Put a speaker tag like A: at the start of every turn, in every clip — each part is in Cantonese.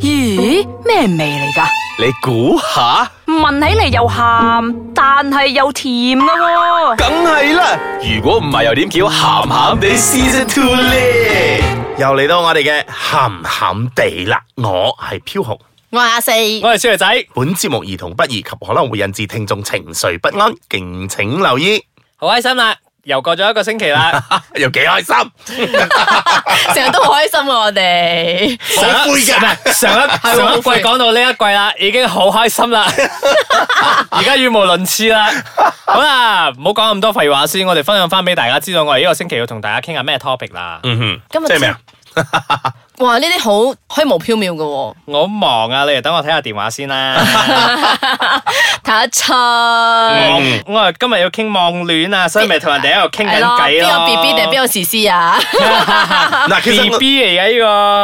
A: 咦，咩味嚟噶？
B: 你估下，
A: 聞起嚟又鹹，但係又甜噶喎、
B: 梗係啦。如果唔係，又點叫鹹鹹地 Season Two 咧？
C: 又嚟到我哋嘅鹹鹹地啦，我係飄紅。
D: 我係阿四，
E: 我係小肥仔。
C: 本節目兒童不宜及可能會引致聽眾情緒不安，敬請留意。
E: 好開心啦，又過咗一個星期啦。
C: 又幾開心，
D: 成日都好開心啊！我哋
C: 好
B: 啊
C: 灰
E: 唔
C: 嘅。
E: 係 上一
D: 喎
E: 上一季
D: 好灰
E: 講到呢一季啦，已經好開心啦，而家語無倫次啦。好啦，唔好講咁多廢話先，我哋分享翻俾大家知道，我哋呢個星期要同大家傾下咩 topic 啦。
C: 嗯哼，
D: 今日
C: 即係咩啊？
D: 哇呢啲好虛無縹緲嘅喎，
E: 我好忙啊，你哋等我睇下電話 先啦。
D: 睇得出係
E: 忙，
C: 嗯
E: 我話今日要傾網戀啊，所以咪同人哋喺嗯度傾緊
D: 咯，
E: 偈
D: 邊個
E: 咯。嗯
D: B B 定 邊個時施啊？
C: 嗱，其實
E: B
C: 我
E: B 嚟嘅呢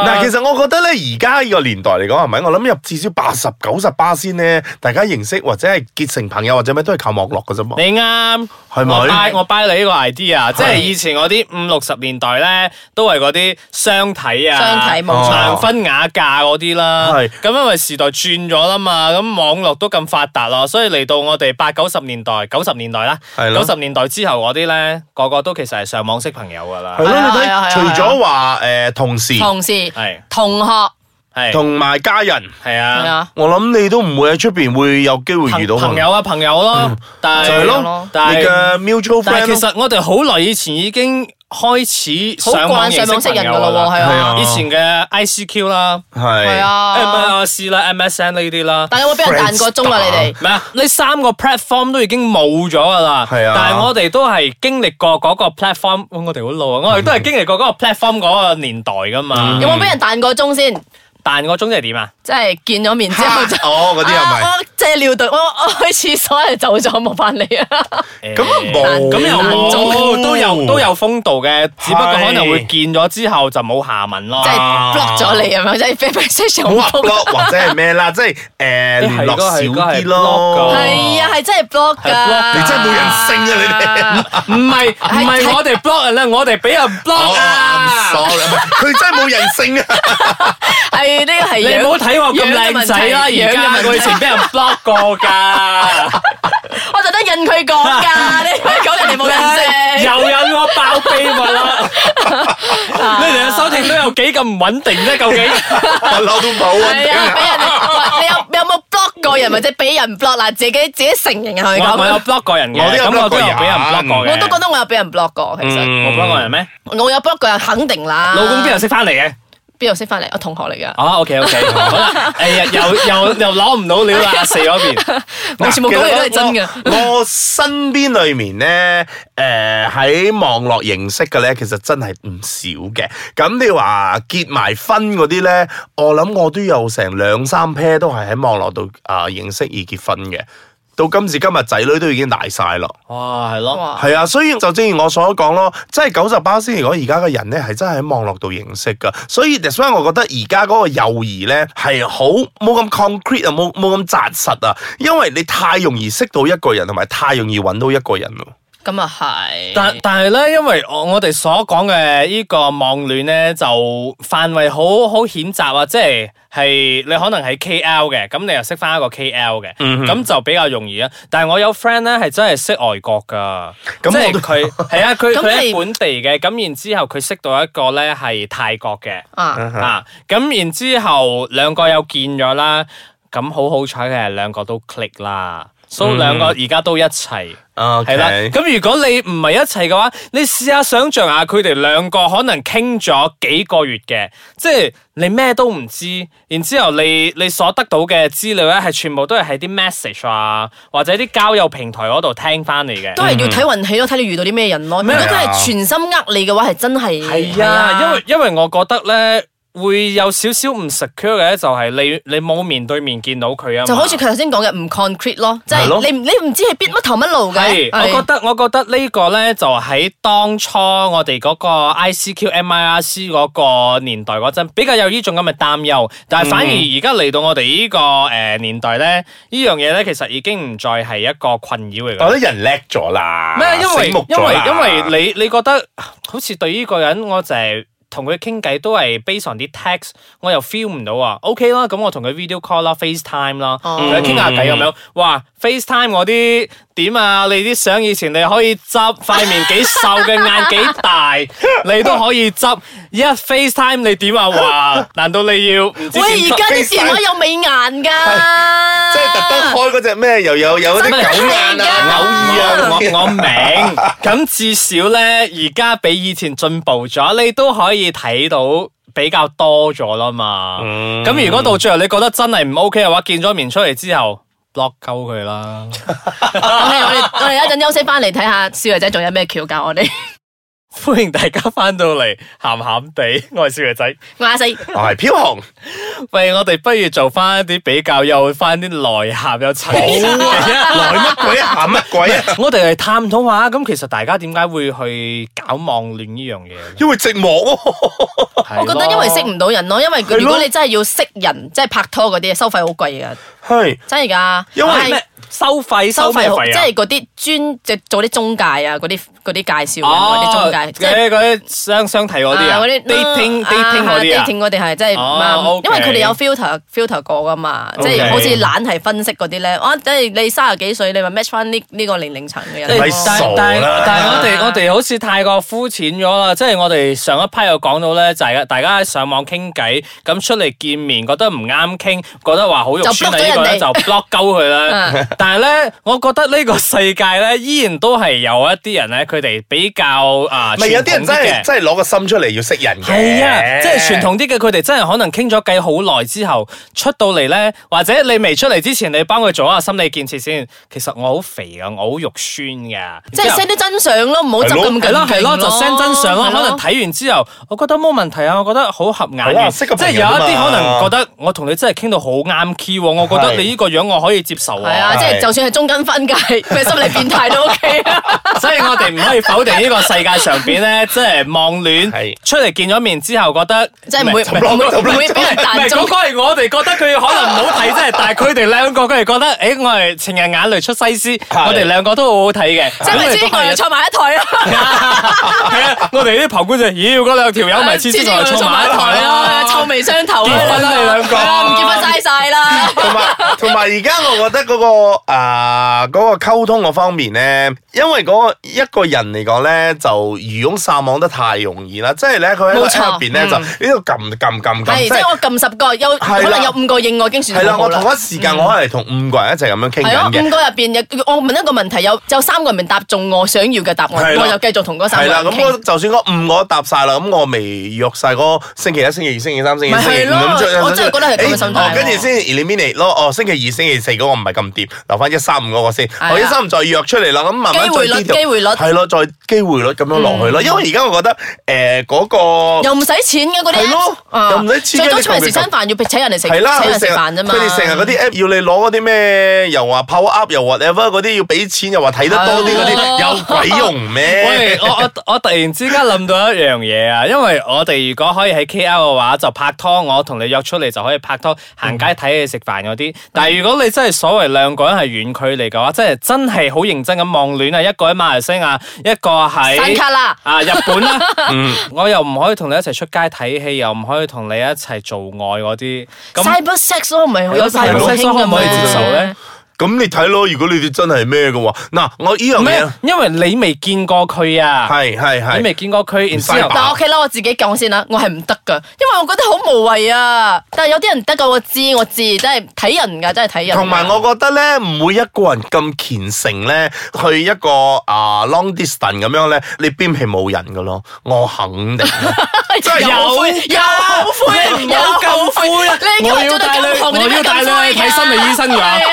E: 個。
C: 嗱，其實我覺得咧，而家呢個年代嚟講係咪？我諗入至少八十九十巴先咧，大家認識或者係結成朋友或者咩都係靠網絡嘅啫嘛。
E: 你啱，
C: 哦係咪
E: 我 buy 我 buy 你呢個 idea，即係以前我啲五六十年代咧，都係嗰啲相睇啊、
D: 相睇冇
C: 錯
E: 盲婚啞嫁嗰啲啦。
C: 係
E: 咁，因為時代轉咗啦嘛，咁網絡都咁發達咯，所以嚟到我哋八九十年代、九十年代啦，
C: 係咯
E: 九十年代之後嗰啲咧，個個都其實係上網識朋友噶啦
C: 係，咯，
D: 係啊
C: 你
D: 係啊係啊
C: 睇，除咗話誒同事
D: 同事、
E: 係
D: 同學
E: 係
C: 同埋家人，
E: 係
D: 係
E: 啊，
D: 啊，
C: 我諗你都唔會喺出邊會有機會遇到佢
E: 朋朋友啊朋友咯，但
C: 就係
E: 係
C: 咯，你
E: 但係
C: 嘅 mutual
E: 但
C: friend
E: 係
C: 咯
E: 其實我哋好耐以前已經開始
D: 好
E: 上
D: 慣
E: 網
D: 上
E: 認
D: 網
E: 識
D: 識
E: 朋
D: 人
E: 友
D: 噶咯
E: 噶啦
D: 喎，。係
C: 係
D: 啊，
C: 啊
E: 以前嘅 ICQ 啦，
C: 係
D: 係
E: 誒 唔係
D: 啊，
E: 我試啦 MSN 呢啲啦，
D: 但有冇俾人彈過鐘啊？你哋
E: 咩啊？呢三個 platform 都已經冇咗噶啦，
C: 係啊
E: 但係我哋都係經歷過嗰個 platform，哇我哋好老啊！我哋都係經歷過嗰個 platform 嗰個年代噶嘛。
D: 有冇俾人彈過鐘先？
E: 但個鐘即係點啊？
D: 即係見咗面之後就。
C: 哦，嗰啲係咪
D: 啊？我即係尿遁，我我去廁所就走咗，冇翻嚟啊！
C: 咁啊
E: 誒
C: 冇，
E: 咁又冇，
C: 冇
E: 都有都有風度嘅，只不過
C: 係
E: 可能會見咗之後就冇下文咯
D: 即。係 block 咗你咁樣，即係 Facebook s e s
C: 冇 block 或者係咩啦，即係誒聯絡少啲咯。
D: 係啊，係真係 block
E: 哦係 block
D: 噶。
C: 你真係冇人性啊！
E: 唔係唔係我哋 block 人啦，我哋俾人
C: 你哋
E: block 啊！
C: 哦，I'm sorry，佢 真係冇人性啊！
D: 係呢個係
E: 你
D: 樣
E: 唔好睇我咁靚仔
D: 樣
E: 啦，
D: 嘅
E: 而
D: 問題
E: 家我以前俾人 block 過㗎，
D: 我特登引佢講 㗎，你講人哋冇人性。
E: 又有我爆秘密啦！你哋嘅收聽都有幾咁唔穩定咧？究竟
C: 我嬲都冇
D: 係啊，
C: 啊！
D: 俾人哋喂你有有冇 block 過人或者俾人 block 嗱？自己自己承認啊，佢
E: 我我有
D: 講。
E: block 過人嘅，
C: 我都有
E: 咁
C: block
E: 我都有
C: 過
E: 俾
C: 人
E: 人 block 過嘅。
D: 我都覺得我有俾人 block 過，其實
E: 我 block 過人咩？
D: 我有 block 過人，肯定啦。
E: 嗯老公邊度識翻嚟嘅？
D: 邊度識翻嚟？我同學嚟㗎，
E: 哦，OK Ờ, OK，好啦，哎呀，又又又攞唔到料啦，阿四嗰邊。
D: 我全部講嘢都係真嘅。
C: 我我身邊裏面咧，誒喺網絡認識嘅咧，其實真係唔少嘅。咁你話結埋婚嗰啲咧，我諗我都有成兩三 pair 都係喺網絡度啊認識而結婚嘅。到今時今日，仔女都已經大晒咯。
E: 哇，係咯，
D: 哇！
C: 係啊，所以就正如我所講咯，即係九十巴仙嚟講，而家嘅人咧係真係喺網絡度認識噶，所以 that's why 我覺得而家嗰個友誼咧係好冇咁 concrete 啊，冇冇咁扎實啊，因為你太容易識到一個人，同埋太容易揾到一個人咯。
D: 咁啊係。
C: 嗯
E: 但但係咧，因為我我哋所講嘅呢個網戀咧，就範圍好好顯窄啊，即係係你可能喺 KL 嘅，咁你又識翻一個 KL 嘅，咁、
C: 嗯
E: 就比較容易啊。但係我有 friend 咧係真係識外國噶，
C: 咁
E: 即
C: 我
E: 係
C: 都
E: 佢係啊，佢
D: 咁
E: 佢
D: 你
E: 喺本地嘅，咁然之後佢識到一個咧係泰國嘅。
D: 啊，
C: 嗯
E: 啊，咁然之後兩個又見咗啦，咁好好彩嘅係兩個都 click 啦，所
C: 嗯
E: 以兩個而家都一齊。
C: 啊，
E: 係啦，咁如果你唔係一齊嘅話，你試下想象下佢哋兩個可能傾咗幾個月嘅，即係你咩都唔知，然之後你你所得到嘅資料咧，係全部都係喺啲 message 啊，或者啲交友平台嗰度聽翻嚟嘅。
D: 都係要睇運氣咯，睇你遇到啲咩人咯。如果
C: 啊
D: 佢係全心呃你嘅話，係真係
E: 係啊，因為因為我覺得咧會有少少唔 secure 嘅，就係你你冇面對面見到佢啊嘛，
D: 就好似佢頭先講嘅唔 concrete 咯，即
C: 係咯
D: 係你唔你唔知係邊乜頭乜路
E: 係
D: 嘅。，
E: 我覺得我覺得呢個咧就喺當初我哋嗰個 ICQ、MIRC 嗰個年代嗰陣，比較有呢種咁嘅擔憂，但係反而而家嚟到我哋呢個誒年代咧，呢樣嘢咧其實已經唔再係一個困擾嚟㗎。
C: 我覺得人叻咗啦，
E: 咩？因為
C: 醒目
E: 因
C: 咗
E: 為
C: 啦
E: 因為你你覺得好似對呢個人我就係同佢傾偈都係 based on 啲 text，我又 feel 唔到啊。OK 啦，咁我同佢 video call 啦，FaceTime 啦，
D: 哦
E: 同佢傾下偈咁樣。哇，FaceTime 我啲點啊？你啲相以前你可以執塊面幾瘦嘅眼幾 大，你都可以執。而家 FaceTime 你點啊？哇，難道你要唔知
D: 喂，而
E: 點執？
D: 家啲電話有美顏㗎，
C: 即係 特登開嗰隻咩，又有有啲
E: 真係
C: 狗眼啊、偶耳啊
E: 我
C: 咁樣。
E: 我明， 咁至少咧，而家比以前進步咗，你都可以睇到比較多咗啦嘛。
C: 嗯
E: 咁、如果到最後你覺得真係唔 OK 嘅話，見咗面出嚟之後 block 鳩佢啦。
D: OK，我哋 我哋一陣休息翻嚟睇下少爺仔仲有咩橋教我哋。
E: 歡迎大家翻到嚟，鹹鹹地， 我係少爺仔。
D: 我阿四，
C: 我係飄紅，
E: 喂，我哋不如做翻一啲比較有翻啲內涵有層次
C: 來乜鬼啊，喊乜鬼啊？
E: 我哋嚟探討下，咁其實大家點解會去搞網戀呢樣嘢呢？
C: 因為寂寞喎。
E: 我
D: 我覺得因為識唔到人咯，因為
C: 係咯
D: 如果你真係要識人，即係拍拖嗰啲，收費好貴㗎，
C: 係
D: 真係㗎。
C: 因為
D: 係
E: 咩收費
D: 收費
E: 咩
D: 好，即
E: 啊
D: 係嗰啲專即係做啲中介啊，嗰啲嗰啲介紹人
E: 哦
D: 嗰啲中介，即係
E: 嗰啲嗰啲相相睇嗰啲啊
D: 啊
E: ，dating
D: 啊
E: dating 嗰啲啊
D: dating 嗰啲係真係
E: 哦
D: 唔啱
E: OK
D: 因為佢哋有 filter filter 過噶嘛，即
E: OK
D: 係好似懶係分析嗰啲咧，啊，即係你三十幾歲，你咪 match 翻呢呢個年齡層嘅人哦
E: 即
C: 咪
E: 係
D: 咯。
E: 但
C: 傻啦
E: 但但係我哋我哋好似太過膚淺咗啦，即係我哋上一批又講到咧，就係大家喺上網傾偈，咁出嚟見面覺得唔啱傾，覺得話好肉酸啊，
D: 就 block 咗
E: 呢個咧
D: 人哋
E: 就 block 鳩佢啦
D: 嗯。
E: 但係咧，我覺得呢個世界咧，依然都係有一啲人咧，佢哋比較啊，
C: 咪有啲人
E: 傳統
C: 真
E: 嘅
C: 係真係攞個心出嚟要識人嘅。
E: 係啊，即係傳統啲嘅，佢哋真係可能傾咗偈好耐之後出到嚟咧，或者你未出嚟之前，你幫佢做一下心理建設先。其實我好肥噶，我好肉酸噶，
D: 即係 send 啲真相咯，唔好執
C: 係咯
D: 咁緊
E: 係咯係咯，
D: 張
E: 就 send 真相咯。
D: 係
E: 可能睇完之後，我覺得冇問題啊，我覺得好合眼
C: 係啦
E: 嘅。
C: 識個
E: 即
C: 朋
E: 係
C: 友
E: 有一啲
C: 嘛
E: 可能覺得我同你真係傾到好啱 key，喎我覺得
C: 係
E: 你呢個樣我可以接受
D: 係
E: 啊
D: 啊，。 即
C: 係
D: 係就算係中間分界，咩心理變態都 OK 啊。
E: 所以我哋唔可以否定呢個世界上邊咧，即係網戀
C: 係
E: 出嚟見咗面之後，覺得
D: 即係唔會
E: 係
D: 唔會唔會 俾人
E: 唔係
D: 彈
E: 嗰
D: 中
E: 個。係我哋覺得佢可能唔好睇啫， 但係佢哋兩個佢哋覺得，誒我係情人眼淚出西施，
C: 係
E: 我哋兩個都好好睇嘅，
D: 即係咪
E: 咁
D: 先？
E: 我
D: 我
E: 哋
D: 哋
E: 都係
D: 坐埋一台啊！
E: 係啊，我哋啲旁觀者，妖嗰兩條友咪黐線我哋坐埋一台啊 啦，
D: 臭味相投啊！
E: 結婚啦你兩個
D: 係啊唔結婚嘥晒啦。
C: 同埋 同埋而家我覺得嗰、個啊嗰、個溝通嗰方面咧，因為嗰個一個人嚟講咧，就漁翁撒網得太容易啦，即係咧佢喺個
D: 冇錯
C: app 入邊咧就
E: 嗯
C: 呢度撳撳撳撳，
D: 係，即係我撳十個，有
C: 係啦
D: 可能有五個應我已經算
C: 係啦，
D: 好
C: 我
D: 好啦。
C: 同一時
E: 嗯
C: 間我可能係同五個人一齊咁樣傾
D: 係咯，
E: 啊
C: 緊嘅
D: 五。個入邊有我問一個問題，有有三個人答中我想要嘅答案，
C: 係啦
D: 我就繼續同嗰三
C: 係
D: 個
C: 啦，
D: 人
C: 咁我
D: 傾。
C: 就算嗰五我都答晒啦，咁我未約晒嗰星期一、星期二、星期三、星期四
D: 咪係
C: 五
D: 咯
C: 咁出
D: 我真係覺得係咁嘅心態
C: 誒哦
D: 喎
C: 跟住先 eliminate 咯，哦，星期二、星期四嗰個唔係咁掂，留翻一三五嗰個先，
D: 啊
C: 我一三五再約出嚟啦，咁慢慢
D: 機會率
C: 再呢度
D: 機會率嗯
C: 係咯，再機會率咁樣落去咯，因為而家我覺得誒嗰個
D: 又唔使錢嘅嗰啲
C: 係咯
D: apps，啊
C: 又唔使錢嘅
D: 最多
C: 你
D: 出
C: 求
D: 嚟
C: 其
D: 食餐飯要請人嚟食，
C: 係啦，
D: 請
C: 佢
D: 人食
C: 成日
D: 飯啫嘛。
C: 佢哋成日嗰啲 app 要你攞嗰啲咩，又話 power up，又 whatever 嗰啲要俾錢，又話睇得多啲嗰啲，有鬼用
E: 喂
C: 咩，？
E: 我我我突然之間諗到一樣嘢啊，因為我哋如果可以喺 K.L. 嘅話，就拍拖，我同你約出嚟就可以拍拖，行街睇戲食飯嗰
D: 嗯
E: 啲。但係如果你真係所謂兩個人係遠距離嘅話，真係真係好認真咁網戀啊！一個喺馬來西亞，一個
D: 山卡
E: 喺
D: 啦，
E: 啊日本 啦。嗯我又唔可以同你一齊出街睇戲，又唔可以同你一齊做愛嗰啲。咁
D: cyber sex 咯，唔係好有時
E: 係
D: 好興
E: 咯
D: 啊㗎
E: 可唔
D: 嘛
E: 可以接受咧？
C: 咁你睇咯，如果你哋真係咩嘅話，嗱，我呢樣嘢
E: 咩。？啊因為你未見過佢啊。
C: 係係係，啊
E: 你未見過佢，然之
C: 使
E: 後
C: 吧
D: 嗱，OK 啦，我自己講先啦，我係唔得噶，因為我覺得好無謂啊。但係有啲人得噶，我知我知，真係睇人㗎，真係睇人㗎。啊
C: 同埋我覺得咧，唔會一個人咁虔誠咧，去一個啊 long distance 咁樣咧，你邊係冇人噶咯？我肯定咯，真係
D: 有
C: 有啊
D: 悔有後悔，
E: 你唔好咁灰啊
D: 你
E: 我要帶你我要帶你去
D: 啊
E: 睇心理醫生㗎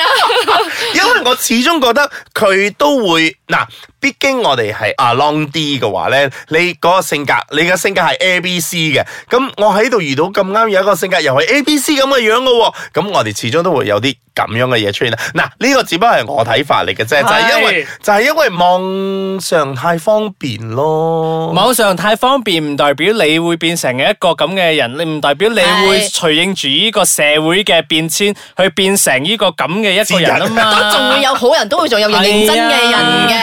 C: 因為我始終覺得佢都會嗱，畢竟我哋係啊 long D 嘅話咧，你嗰個性格，你嘅性格係 A B C 嘅，咁我喺度遇到咁啱有一個性格又係 A B C 咁嘅樣嘅喎，咁我哋始終都會有啲咁樣嘅嘢出現啦。嗱，呢個只不過係我睇法嚟嘅啫，就係因為就係因為網上太方便咯。
E: 網上太方便，唔代表你會變成一個咁嘅人，你唔代表你會
D: 係
E: 隨應住呢個社會嘅變遷去變成呢個咁嘅一個人啊嘛。
D: 都仲會有好人，都會仲有認真嘅人
E: 係啊
D: 嘅。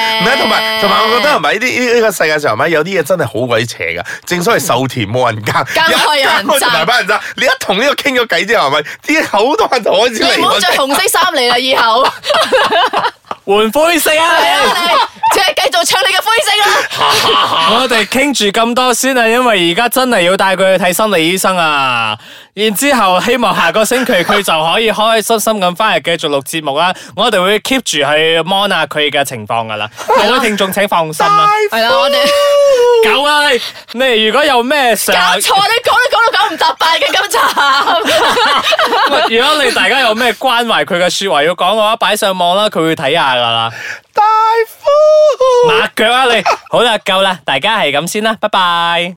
C: 唔係，同同埋同埋，我覺得係咪呢呢呢個世界上係咪有啲嘢真係好鬼邪噶？正所謂瘦田冇人耕，
D: 耕開有人
C: 一耕開就大把人爭。你一同呢個傾咗偈之後，係咪啲好多人就開始
D: 你
C: 嚟
D: 唔好
C: 我
D: 着
C: 哋？
D: 紅色衫嚟啦，以後係
E: 換灰色啊！你
D: 啊，你即係繼續唱你嘅灰色啦。
E: 我哋傾住咁多先啊，因為而家真係要帶佢去睇心理醫生啊。然之後希望下個星期佢就可以開開心心咁翻嚟繼續錄節目啦。我哋會 keep 住去 mon 下佢嘅情況噶啦。各位聽眾請放心啦。
D: 係啦，我哋
E: 狗啊，你你如果有咩想，
D: 搞錯，你講都講到九唔搭八嘅今集。
E: 如果你大家有咩關懷佢嘅说話要講嘅話，擺上網啦，佢會睇下噶啦。
C: 大夫。
E: 抹腳啊你，好啦，夠啦，大家係咁先啦，拜拜。